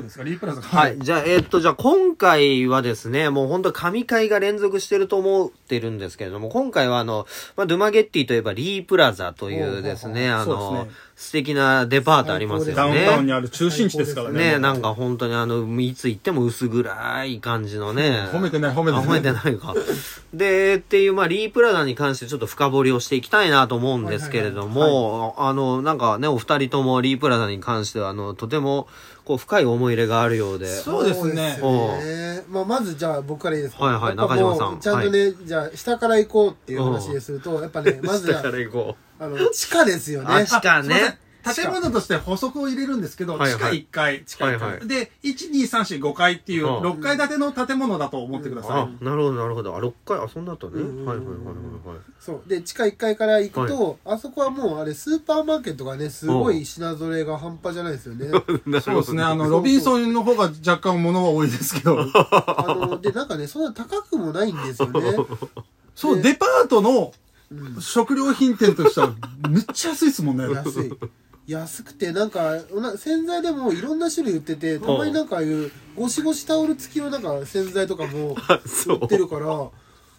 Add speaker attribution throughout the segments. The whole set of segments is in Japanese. Speaker 1: ですかリープラザが
Speaker 2: はい。じゃあ、えーっと、じゃあ今回はですね、もう本当神回が連続してると思ってるんですけれども、今回はあの、まあ、ドゥマゲッティといえばリープラザというです
Speaker 1: おうお
Speaker 2: ね、
Speaker 1: う
Speaker 2: あ
Speaker 1: おうそう
Speaker 2: の、
Speaker 1: ですね
Speaker 2: 素敵なデパートあります
Speaker 1: ダ
Speaker 2: よ
Speaker 1: ウ
Speaker 2: ね。
Speaker 1: ンタウンにある中心地ですからね。
Speaker 2: ねなんか本当にあの、いつ行っても薄暗い感じのね。
Speaker 1: 褒めてない褒めてない
Speaker 2: あ褒めてないか。で、っていう、まあ、リープラダに関してちょっと深掘りをしていきたいなと思うんですけれども、あの、なんかね、お二人ともリープラダに関しては、あの、とても、こう、深い思い入れがあるようで。
Speaker 1: そうですね
Speaker 2: お
Speaker 3: ねまあ、まずじゃあ僕からいいですか。
Speaker 2: はいはい
Speaker 3: やっぱもう
Speaker 2: 中島さん
Speaker 3: ちゃんとね、じゃあ下から行こうっていう話ですると、やっぱね、ま ずは、
Speaker 2: 行こ
Speaker 3: あの、地下ですよ
Speaker 2: う。
Speaker 3: ね。
Speaker 2: あ、地下
Speaker 1: すいま
Speaker 2: ね。
Speaker 1: せん建物として補足を入れるんですけど、
Speaker 2: はいはい
Speaker 1: 地下1階、地下1階。
Speaker 2: はいはい
Speaker 1: で、1、2、3、4、5階っていう
Speaker 2: ああ
Speaker 1: 6階建ての建物だと思ってください。
Speaker 2: あ、なるほど、なるほど。あ、6回遊んだとね。はいはいはいはいはい。
Speaker 3: そう。で、地下1階から行くと、あそこはもうあれ、スーパーマーケットがね、すごい品揃えが半端じゃないですよね。
Speaker 1: そうですね。あの、ロビンソンの方が若干物は多いですけ ど、
Speaker 3: あの、で、なんかね、そんな高くもないんですよ ね。
Speaker 1: そう、デパートの食料品店としては、めっちゃ安いですもん ね。
Speaker 3: 安い。安くて、なんか、な洗剤でもいろんな種類売ってて、たまになんかああいう、ゴシゴシタオル付きのなんか洗剤とかも
Speaker 2: そう
Speaker 3: 売ってるから、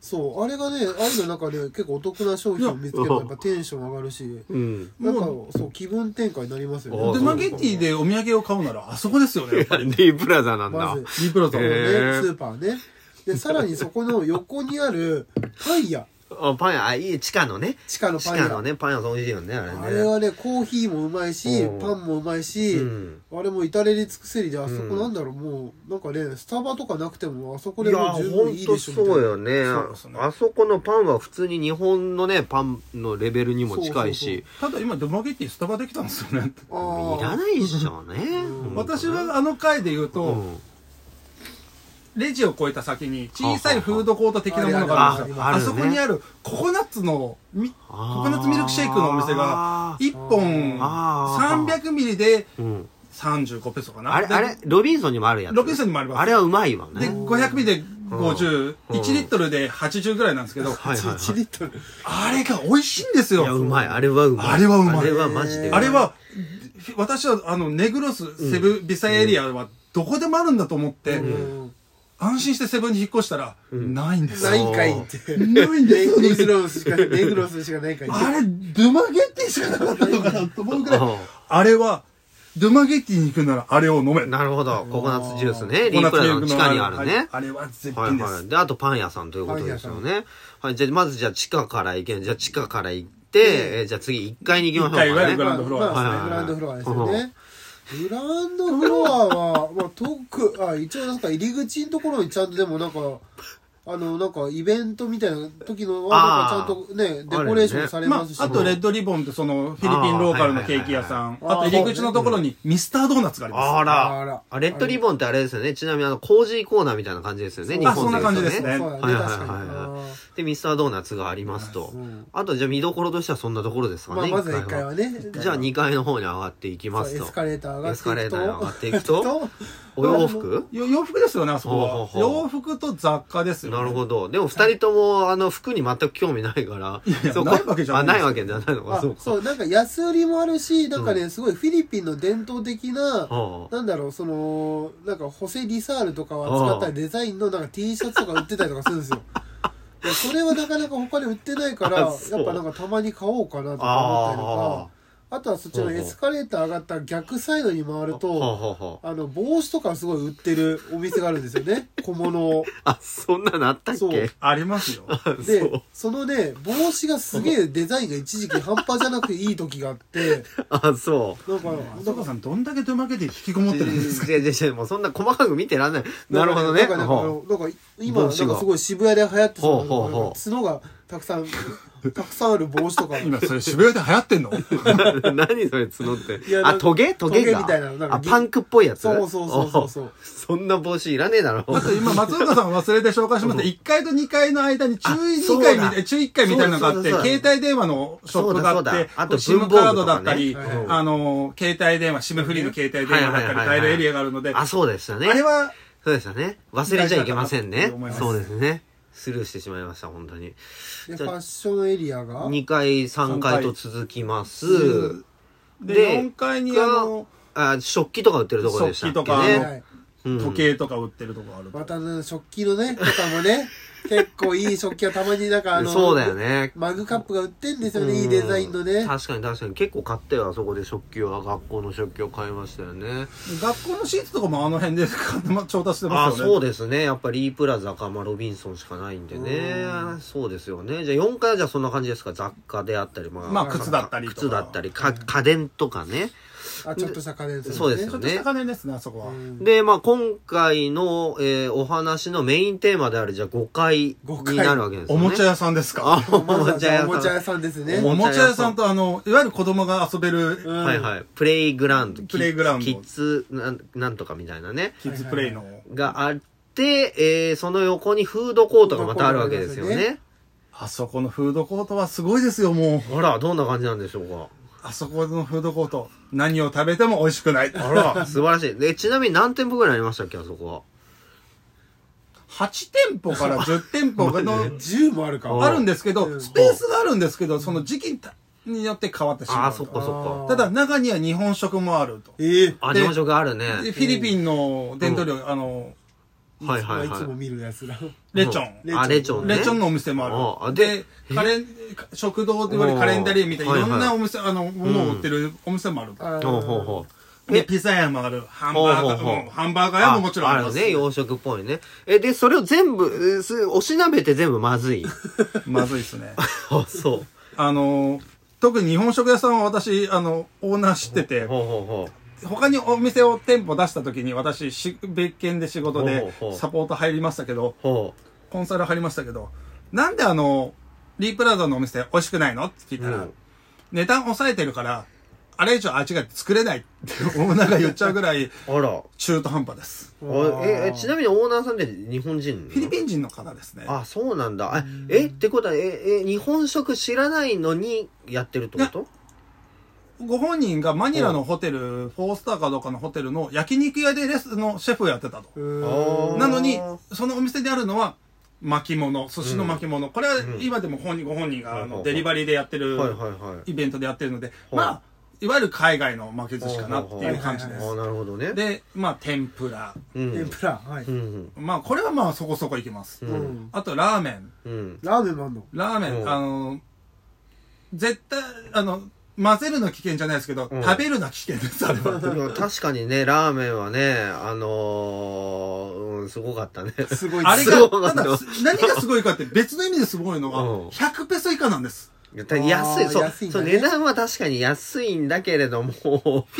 Speaker 3: そう、あれがね、ああいうのなんかね、結構お得な商品を見つけるとやっぱテンション上がるし、
Speaker 2: うん。
Speaker 3: なんか、そう、気分転換になりますよ
Speaker 2: あ
Speaker 1: で、
Speaker 3: ね。
Speaker 1: マゲッティでお土産を買うなら、あそこですよね。やっぱり
Speaker 2: リープラザなんだ。
Speaker 3: ま
Speaker 2: はい
Speaker 3: ず
Speaker 1: リープラザ。
Speaker 2: へえー
Speaker 3: ね、スーパーね。で、さらにそこの横にあるパン屋。
Speaker 2: あパン屋、あ、いい、地下のね。
Speaker 3: 地下の
Speaker 2: 地
Speaker 3: パン
Speaker 2: 下
Speaker 3: 屋。
Speaker 2: のね、パン屋さん美味しいよね、あれね。
Speaker 3: あれはね、コーヒーもうまいし
Speaker 2: うん、
Speaker 3: パンもうまいし、
Speaker 2: うん
Speaker 3: あれも至れり尽くせりで、あそこなんだろう、もう、なんかね、スタバとかなくても、あそこでもう十分いいでしょ、みたいな。
Speaker 2: そうよね
Speaker 1: そうですね
Speaker 2: あそこのパンは普通に日本のねパンのレベルにも近いし
Speaker 1: ただ今、ドマゲッティスタバできたんですよね。
Speaker 3: あー
Speaker 2: いらないでしょうね、
Speaker 1: 私はあの回で言うと、
Speaker 2: うん
Speaker 1: レジを越えた先に小さいフードコート的なものがあるんですよ。
Speaker 2: あ
Speaker 1: あ
Speaker 2: あるね
Speaker 1: そこにあるココナッツのみ、コ
Speaker 2: あー
Speaker 1: コナッツミルクシェイクのお店が、1本
Speaker 2: あー
Speaker 1: 300ミリで
Speaker 2: うん
Speaker 1: 35ペソかな。
Speaker 2: あれ
Speaker 1: で
Speaker 2: あれロビンソンにもあるやつ
Speaker 1: ロビンソンにもあります
Speaker 2: あれはうまいわね
Speaker 1: で、500ミリで50、1リットルで80ぐらいなんですけど、
Speaker 2: はいはい
Speaker 3: 1リットル。
Speaker 1: あれが美味しいんですよ。
Speaker 2: いやうまいあれはうまい
Speaker 1: あれはうまい
Speaker 2: あれはマジでうまい
Speaker 1: あれは、私はあの、ネグロス、セブン、ビサイエリアはどこでもあるんだと思って、
Speaker 3: うん
Speaker 1: 安心してセブンに引っ越したら、ないんですよ
Speaker 3: ないんかいって。ネ
Speaker 1: ないんですよね
Speaker 3: ネグロスしか、ネグロスしかないんかいって。
Speaker 1: あれ、ドゥマゲッティしかなかったのかなと思うぐらい
Speaker 2: うん、
Speaker 1: あれは、ドゥマゲッティに行くならあれを飲め。
Speaker 2: なるほどココナッツジュースね
Speaker 1: コ
Speaker 2: リ
Speaker 1: コナッ
Speaker 2: ー
Speaker 1: ツ
Speaker 2: プラザの地下にある
Speaker 1: ミル
Speaker 2: ね
Speaker 1: クのあれはいあれは絶
Speaker 2: はい
Speaker 1: 品で
Speaker 2: は
Speaker 1: す
Speaker 2: い。。で、あとパン屋さんということですよね。はい、じゃあ、まずじゃあ地下から行けん。じゃあ地下から行って、えーじゃあ次1階に行きましょう
Speaker 1: 一階
Speaker 2: か
Speaker 1: は
Speaker 2: ね。
Speaker 1: グランドフロア
Speaker 3: まあまあ
Speaker 2: はいはいはい
Speaker 3: グランドフロアですよね。グランドフロアは、まあ、遠く、あ、一応なんか入り口のところにちゃんとでもなんか、あの、なんかイベントみたいな時のは、なんかちゃんとね、デコレーションされ
Speaker 1: ま
Speaker 3: ますし、
Speaker 1: あ、あと、レッドリボンってその、フィリピンローカルのケーキ屋さん。あと、入り口のところにミスタードーナツがありま
Speaker 2: あ
Speaker 3: あ
Speaker 2: ら
Speaker 3: ら。
Speaker 2: あレッドリボンってあれですよね。ちなみにあの、工事コーナーみたいな感じですよね。日本
Speaker 1: そんな感じです
Speaker 3: そう
Speaker 1: ね
Speaker 3: だね、
Speaker 1: は
Speaker 3: 確
Speaker 2: い
Speaker 3: か
Speaker 2: はい
Speaker 3: に
Speaker 2: はい
Speaker 3: な。
Speaker 2: はい。で、ミスタードーナツがありますと
Speaker 3: うん。
Speaker 2: あと、じゃあ見どころとしてはそんなところですかね。
Speaker 3: まあ、まず
Speaker 2: 一
Speaker 3: 1階はね、
Speaker 2: じゃあ2階の方に上がっていきま
Speaker 3: そう
Speaker 2: す
Speaker 3: エ
Speaker 2: と。
Speaker 3: スカレーターが
Speaker 2: エスカレーターが上がってい く
Speaker 3: 上が
Speaker 2: と
Speaker 3: っ。
Speaker 2: お洋 服
Speaker 1: す。よ洋服ですよね、あそこ
Speaker 2: ほう
Speaker 1: は。
Speaker 2: ほうほう
Speaker 1: 洋服と雑貨ですよね。
Speaker 2: なるほど。でも二人とも、あの、服に全く興味ないから
Speaker 1: いや、ないわけじゃない
Speaker 2: あ、ないわけじゃないのか、
Speaker 3: あ
Speaker 2: そうか。
Speaker 3: そうなんか安売りもあるしなんかね、すごいフィリピンの伝統的な、
Speaker 2: ああ
Speaker 3: なんだろうそのなんかホセ・リサールとかは使ったデザインのなんか T シャツとか売ってたりとかするんです よいやそれはなかなか他に売ってないからや
Speaker 2: あそう
Speaker 3: っぱなんかたまに買おうかなとか思ったりとかあとはそっちのエスカレーター上がった逆サイドに回る
Speaker 2: はあ
Speaker 3: と
Speaker 2: はあはあ
Speaker 3: あの帽子とかすごい売ってるお店があるんです よね小物を
Speaker 2: あ、そんなのあったっ
Speaker 3: そう
Speaker 2: け
Speaker 1: ありますよ。
Speaker 3: で
Speaker 2: そう
Speaker 3: そのね帽子がすげえデザインが一時期半端じゃなくていい時があって
Speaker 2: あ、そう。
Speaker 3: なんか
Speaker 1: そこさん、どんだけドゥマゲッティ引きこもってるんですか
Speaker 2: 違う違う違うもうそんな細かく見てらんない。なるほどね。
Speaker 3: なんかなんか
Speaker 2: ほ
Speaker 3: なんか今、なん
Speaker 2: 帽
Speaker 3: か
Speaker 2: 子が
Speaker 3: すごい渋谷で流行ってそ
Speaker 2: ほ
Speaker 3: うな
Speaker 2: うほうほう
Speaker 3: 角がたくさん、 たくさんある帽子とか。
Speaker 1: 今、それ渋谷で流行ってんの
Speaker 2: う 何それ角って
Speaker 3: い。や
Speaker 2: あ、
Speaker 3: なんか
Speaker 2: トゲトゲ
Speaker 3: トゲ
Speaker 2: が
Speaker 3: みたいななんか
Speaker 2: あ、パンクっぽいやつ
Speaker 3: そうそうそうそうそう
Speaker 2: おそんな帽子いらねえだろ。
Speaker 1: だって今、松岡さん忘れて紹介しました。1階と2階の間に中2階み
Speaker 2: あそう
Speaker 1: た
Speaker 2: だ
Speaker 1: い、中1階みたいなのがあって、
Speaker 2: そうだそうだそうだ
Speaker 1: 携帯電話のショップがあ
Speaker 2: そ
Speaker 1: っ
Speaker 2: うだそう
Speaker 1: て
Speaker 2: だ、あと
Speaker 1: SIM カードだったり、
Speaker 3: 文房具とかね
Speaker 1: あの、携帯電話、SIM フリーの携帯電話だったり、買えるエリアがあるので、あ
Speaker 2: あ、そうでしたね。
Speaker 1: れは、
Speaker 2: そうでしたね。忘れちゃいけません
Speaker 1: 大事だなっ
Speaker 2: ね
Speaker 1: て思いま。す
Speaker 2: そうですね。スルーしてしまいました、本当に。
Speaker 3: で、ファッションエリアが、
Speaker 2: 2階、3階と続きます。
Speaker 1: で、4階にあの、
Speaker 2: ああ食器とか売ってるところでした
Speaker 1: 食
Speaker 2: っけ
Speaker 1: 器とかあの
Speaker 2: ね。
Speaker 3: はい
Speaker 2: うん
Speaker 1: 時計とか売ってるとこある。
Speaker 3: またね、食器のね、とかもね、結構いい食器はたまになんかあの、
Speaker 2: そうだよね。
Speaker 3: マグカップが売ってんですよね、いいデザインのね。
Speaker 2: 確かに確かに結構買ったよあそこで食器は学校の食器を買いましたよね
Speaker 1: 学校のシーツとかもあの辺で買ってま調達して
Speaker 2: あ
Speaker 1: ますよね。
Speaker 2: そうですねやっぱリープラザか、まあ、ロビンソンしかないんでねそうですよねじゃあ4階はじゃあそんな感じですか雑貨であったりまあ
Speaker 1: まあ靴だったりとか
Speaker 2: 靴だったりか家電とかね
Speaker 3: あ、ちょっとした家電
Speaker 2: そうです
Speaker 1: ち
Speaker 2: よ
Speaker 1: ょっとした金ですね、あそこは。
Speaker 2: でまあ今回の、えーお話のメインテーマであるじゃあ5階
Speaker 3: 5階
Speaker 2: になるわけです
Speaker 1: お
Speaker 2: よね
Speaker 1: もちゃ屋さんですか。
Speaker 2: あお
Speaker 3: まず
Speaker 2: も
Speaker 3: は
Speaker 2: ち
Speaker 3: じ
Speaker 2: ゃ
Speaker 3: ゃあ
Speaker 2: 屋
Speaker 3: おもちゃ
Speaker 2: さ
Speaker 3: 屋
Speaker 2: ん
Speaker 3: さんですね。
Speaker 1: おもちゃ屋さん
Speaker 2: おも
Speaker 1: と、あの、いわゆる子供が遊べる、
Speaker 3: ん
Speaker 2: はいはいプレイグラウンドキ
Speaker 1: プレイグラウンド
Speaker 2: キッズなんなんとかみたいなね
Speaker 1: キッズプレイの。
Speaker 2: があって、えーその横にフードコートがまたあるわけですよ
Speaker 3: フードコートが
Speaker 2: ね。
Speaker 1: あそこのフードコートはすごいですよ、もう。
Speaker 2: あら、どんな感じなんでしょうか。
Speaker 1: あそこのフードコート。何を食べても美味しくない。
Speaker 2: あら、素晴らしい。で、ちなみに何店舗ぐらいありましたっけ、あそこ
Speaker 1: 8店舗から10店舗の、
Speaker 3: 10もあるか。
Speaker 1: あるんですけ
Speaker 3: う
Speaker 1: ど、
Speaker 3: ん
Speaker 1: スペースがあるんですけど、その時期によって変わってしまう。
Speaker 2: は。あー、そっかそ
Speaker 1: ただ、中には日本食もあると。
Speaker 3: ええ
Speaker 2: っか。あ、日本食あるね。
Speaker 1: でフィリピンの伝統料理、あの、
Speaker 2: はいはい
Speaker 3: いつも
Speaker 2: は
Speaker 3: 見るやつだ。
Speaker 2: い。
Speaker 1: レチョン。
Speaker 2: あ、レチョンね。
Speaker 1: レチョンのお店もあ
Speaker 2: あ
Speaker 1: る。
Speaker 2: で
Speaker 1: で、カレン、食堂って言われるカレンダリーみたいな、
Speaker 2: はいい
Speaker 1: ろ
Speaker 2: はい
Speaker 1: んなお店、あの、ものを売ってるお店もある。
Speaker 3: あ
Speaker 2: ほうほうほう。
Speaker 1: で、ピザ屋もある。ハンバーガー
Speaker 2: ほうほうほう
Speaker 1: も、ハンバーガー屋ももちろんありま
Speaker 2: る
Speaker 1: す。
Speaker 2: ね、洋食っぽいね。え、で、それを全部、うーすおしなべて全部 まずい。
Speaker 1: まずいですね。
Speaker 2: あ、そう。
Speaker 1: あの、特に日本食屋さんは私、あの、オーナー知ってて、
Speaker 2: ほうほ
Speaker 1: 他にお店を店舗出した時に私、し別件で仕事
Speaker 2: ほう
Speaker 1: で
Speaker 2: ほう
Speaker 1: サポート入りましたけど、
Speaker 2: うほう。ほ
Speaker 1: コンサル入りましたけど、なんであの、リープラザのお店美味しくないのって聞いたら、
Speaker 2: うん。
Speaker 1: 値段抑えてるから、あれ以上味が作れないって オーナーが言っちゃうぐらいう
Speaker 2: あら。
Speaker 1: 中途半端です。
Speaker 2: おえ、えちなみにオーナーさんって日本人
Speaker 1: フィリピン人の方ですね。
Speaker 2: あ、そうなんだ。え、えってことは、え、え、日本食知らないのにやってるってこと
Speaker 1: ご本人がマニラのホテル、フォースターかどうかのホテルの焼肉屋でレスのシェフをやってたと。
Speaker 2: あー
Speaker 1: なのに、そのお店であるのは、巻物、寿司の巻物。これは今でも本人、ご本人があ
Speaker 2: うん
Speaker 1: のデリバリーでやってる
Speaker 2: はいはいはい。
Speaker 1: イベントでやってるので、
Speaker 2: い
Speaker 1: まあ、いわゆる海外の巻き寿司かなっていう感じ
Speaker 2: あ
Speaker 1: で
Speaker 2: ー、なるほどね。
Speaker 1: す。で、まあ、天ぷら。
Speaker 2: うん。
Speaker 3: 天ぷら。はい。
Speaker 2: うん。
Speaker 1: まあ、これはまあ、そこそこいきます。
Speaker 2: うん
Speaker 3: うん
Speaker 1: あと、ラーメン。
Speaker 2: うん。
Speaker 3: ラーメンもあんの
Speaker 1: ラーメ
Speaker 2: う
Speaker 1: ン、
Speaker 2: ん
Speaker 1: あの、絶対、あの、混ぜるの危険じゃないですけど、
Speaker 2: うん
Speaker 1: 食べるのは危険です、あれ は。
Speaker 2: でも確かにね、ラーメンはね、あのー、うん、 すごかったね。
Speaker 3: すごい。
Speaker 1: あれ
Speaker 2: そう
Speaker 1: が、
Speaker 2: なん
Speaker 1: た
Speaker 2: だ
Speaker 1: だ、す何がすごいかって別の意味ですごいのが
Speaker 2: うん、
Speaker 1: 100ペソ以下なんです。
Speaker 2: 安い、そう、
Speaker 3: 安いん
Speaker 2: そ
Speaker 3: だ
Speaker 2: う、
Speaker 3: ね
Speaker 2: 値段は確かに安いんだけれども、
Speaker 1: フ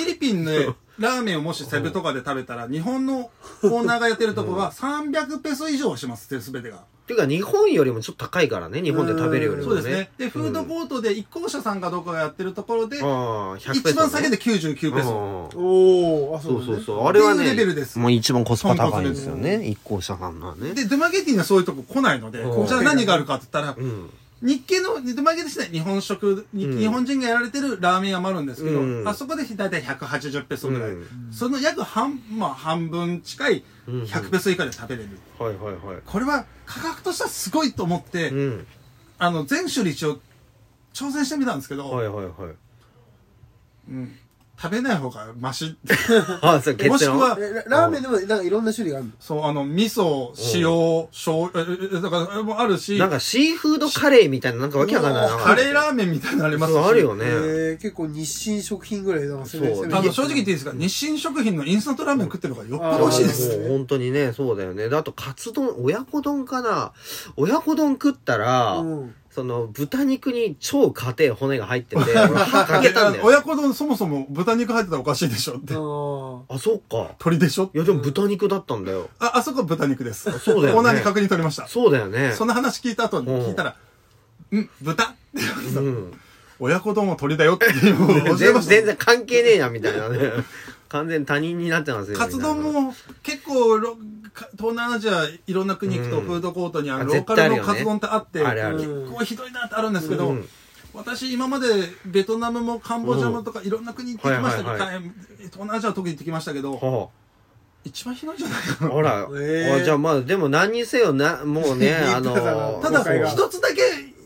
Speaker 1: ィリピンでラーメンをもしセブとかで食べたら、日本のオーナーがやってるとこは300ペソ以上はしますって、すべてが。
Speaker 2: ていうか日本よりもちょっと高いからね、日本で食べるより
Speaker 1: そ
Speaker 2: も
Speaker 1: う
Speaker 2: ね。
Speaker 1: ですね。で、フードコートで一行者さんかどうかがやってるところで、
Speaker 2: ああ、100ペソ、ね。
Speaker 1: 一番下げて99ペソ。
Speaker 2: うん
Speaker 3: おー、あ、そ
Speaker 2: そうう
Speaker 3: だ
Speaker 2: そ
Speaker 3: ね
Speaker 2: うそう。あれは
Speaker 1: ってい
Speaker 2: ね、
Speaker 1: うレベルです
Speaker 2: もう一番コスパ高いんですよね。一行車販のはね。
Speaker 1: で、ドゥマゲティにはそういうとこ来ないので、
Speaker 2: うん
Speaker 1: じゃあ何があるかって言ったら
Speaker 2: う、ん。
Speaker 1: 日系の、ドゥマゲティしない日本食、に
Speaker 2: うん
Speaker 1: 日本人がやられてるラーメン屋もあるんですけ
Speaker 2: うん。
Speaker 1: ど、あそこで大体180ペソぐらいうその約半、まあ半分近い
Speaker 2: うん
Speaker 1: 100ペソ以下で食べれる。
Speaker 2: はいはいはい。
Speaker 1: これは価格としてはすごいと思って、
Speaker 2: うん。
Speaker 1: あの、全種類一応挑戦してみたんですけど、
Speaker 2: はいはいはい。
Speaker 1: 食べない方がマシ。
Speaker 2: あ、そう、結論。
Speaker 1: もしくは
Speaker 3: えララーメンでも、なんかいろんな種類があるの
Speaker 1: そう、あの、味噌、塩、醤油、ええだから、もあるし、
Speaker 2: なんかシーフードカレーみたいな、なんかわけわかんないな。
Speaker 1: カレー
Speaker 2: ー
Speaker 1: ラーメンみたいなのありますし
Speaker 2: そう、あるよね。
Speaker 3: えー、結構日清食品ぐらいだな、そ
Speaker 2: そう
Speaker 1: あの、正直言っていいですか、日清食品のインスタントラーメン食ってる方がよっぽど美味しいです。
Speaker 2: もう本当にね、そうだよね。であと、カツ丼、親子丼かな親子丼食ったら、
Speaker 3: うん
Speaker 2: その、豚肉に超硬い骨が入ってて、俺歯かけたんだ よ。
Speaker 1: 親子丼そもそも豚肉入ってたらおかしいでしょって。
Speaker 3: あ
Speaker 2: あ、そうか。
Speaker 1: 鳥でしょっ
Speaker 2: い
Speaker 1: て
Speaker 2: や、でも豚肉だったんだよ。
Speaker 1: あ、あそこ豚肉です。
Speaker 2: そうだよね
Speaker 1: オーナーに確認取りました。
Speaker 2: そうだよね。
Speaker 1: その話聞いた後に聞いたら、うん、豚って言われてた
Speaker 2: うん。
Speaker 1: 親子丼は鳥だよっていうのを教え
Speaker 2: 全
Speaker 1: ま
Speaker 2: 然
Speaker 1: した。
Speaker 2: 全然関係ねえなみたいなね完全に他人になってますよ
Speaker 1: カツ丼
Speaker 2: み
Speaker 1: も結構ろか東南アジアいろんな国行くとフードコートにあ
Speaker 2: あ
Speaker 1: のロー
Speaker 2: 絶
Speaker 1: カ
Speaker 2: 対あ
Speaker 1: ル
Speaker 2: る
Speaker 1: の
Speaker 2: よ
Speaker 1: カ
Speaker 2: ね
Speaker 1: ツ丼ってあって
Speaker 2: あるある
Speaker 1: 結構ひどいなってあるんですけど、
Speaker 2: うん
Speaker 1: 私今までベトナムもカンボジアもとかいろんな国行ってきましたけど、
Speaker 2: はいはい
Speaker 1: 東南アジアは特に行ってきましたけ
Speaker 2: たいな
Speaker 1: ど
Speaker 2: は
Speaker 1: 一番ひどいんじゃないか
Speaker 2: あ、ほら、
Speaker 3: え
Speaker 2: あ
Speaker 3: ー
Speaker 2: じゃあまあでも何にせよなもうねあの
Speaker 1: な
Speaker 3: た
Speaker 1: た
Speaker 3: だ
Speaker 2: そう
Speaker 1: だ一つだけ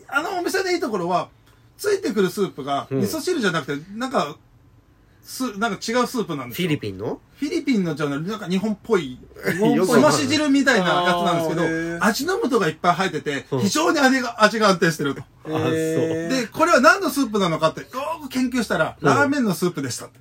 Speaker 1: あのお店でいいところはついてくるスープが
Speaker 2: うん
Speaker 1: 味噌汁じゃなくてなんかす、なんか違うスープなんです
Speaker 2: フ
Speaker 1: よ。
Speaker 2: ィリピンの
Speaker 1: フィリピンのじゃない、なんか日本っぽい、
Speaker 2: よ
Speaker 1: す
Speaker 2: くわかん
Speaker 1: ま
Speaker 2: ない
Speaker 1: し汁みたいなやつなん
Speaker 3: あーへ
Speaker 1: ですけ
Speaker 3: ー
Speaker 1: ど、味の素がいっぱい入ってて、
Speaker 2: うん
Speaker 1: 非常に味が、味が安定してると。
Speaker 3: あ
Speaker 2: そう
Speaker 1: で、これは何のスープなのかって、よーく研究したら、ラーメンのスープでしたって。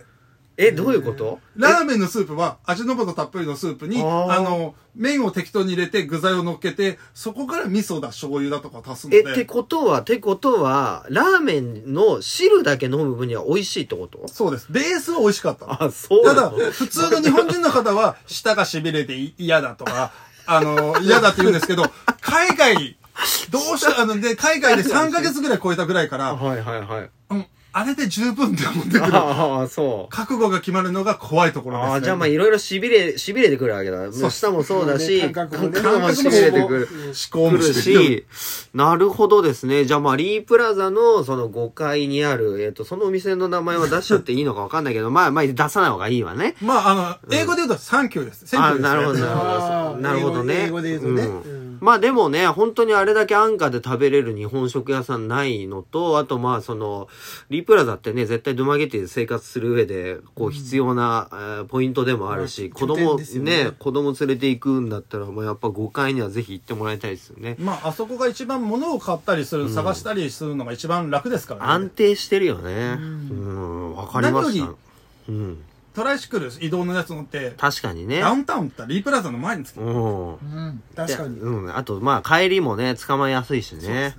Speaker 2: え、どういうこと
Speaker 1: ラーメンのスープは、味の素たっぷりのスープに、
Speaker 2: あー
Speaker 1: あの、麺を適当に入れて、具材を乗っけて、そこから味噌だ、醤油だとか足すの
Speaker 2: え、
Speaker 1: で。
Speaker 2: ってことは、ってことは、ラーメンの汁だけ飲む分には美味しいってこと
Speaker 1: そうです。ベースは美味しかったの。
Speaker 2: あ、そう
Speaker 1: た
Speaker 2: な
Speaker 1: だ、
Speaker 2: の
Speaker 1: 普通の日本人の方は、舌が痺れてい嫌だとか、あの、嫌だって言うんですけど、海外、どうした、あの、で、海外で3ヶ月ぐらい超えたぐらいから、
Speaker 2: はいはいはい。
Speaker 1: うん、あれで十分って思ってくる。
Speaker 2: ああ、そう。
Speaker 1: 覚悟が決まるのが怖いところです、ね。
Speaker 2: ああ、じゃあまあいろいろ痺れ、痺れてくるわけだ。
Speaker 1: そう
Speaker 2: 舌もそうだし、
Speaker 3: そうね感
Speaker 2: 感
Speaker 3: 覚もね
Speaker 2: 覚も
Speaker 1: 感覚
Speaker 2: 痺
Speaker 1: も
Speaker 2: れてくる。
Speaker 1: 思考
Speaker 2: 来
Speaker 1: も
Speaker 2: る
Speaker 1: してる。
Speaker 2: し、なるほどですね。じゃあまあ、リープラザのその5階にある、えっ、と、そのお店の名前は出しちゃっていいのかわかんないけど、 まあまあ出さない方がいいわね。
Speaker 1: まあ、あの、英語で言うと、サンキューです。センキュー
Speaker 2: あ
Speaker 1: です、ね。
Speaker 2: なるほど、
Speaker 3: あー
Speaker 2: なるほど。な
Speaker 3: 英
Speaker 2: るほ
Speaker 3: 語
Speaker 2: ど
Speaker 3: で
Speaker 2: ね。
Speaker 3: 英語で言うとね
Speaker 2: う
Speaker 3: うん
Speaker 2: んまあでもね、本当にあれだけ安価で食べれる日本食屋さんないのと、あとまあその、リープラザってね、絶対ドゥマゲティで生活する上で、こう必要な、えーポイントでもあるし、
Speaker 3: ま
Speaker 2: 子
Speaker 3: あ
Speaker 2: 供
Speaker 3: 拠点ですよね
Speaker 2: ね、子供連れて行くんだったら、まあやっぱ5階にはぜひ行ってもらいたいですよね。
Speaker 1: まあ、あそこが一番物を買ったりする、探したりするのが一番楽ですからね
Speaker 2: 安。定してるよね。うん、わかりまし
Speaker 1: 何
Speaker 2: た
Speaker 1: よ。
Speaker 2: うん、
Speaker 1: トライシクル移動のやつ乗って、
Speaker 2: 確かにね
Speaker 1: ダ。ウンタウンって言ったらリープラザの前につけ
Speaker 2: うん。
Speaker 3: うん確かに。
Speaker 2: うん。あと、まあ、帰りもね、捕まえやすいしね。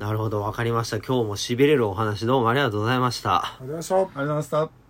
Speaker 2: なるほど、わかりました。今日も痺れるお話どうもありがとうございました。
Speaker 3: ありがとうございました
Speaker 1: ありがとうございました。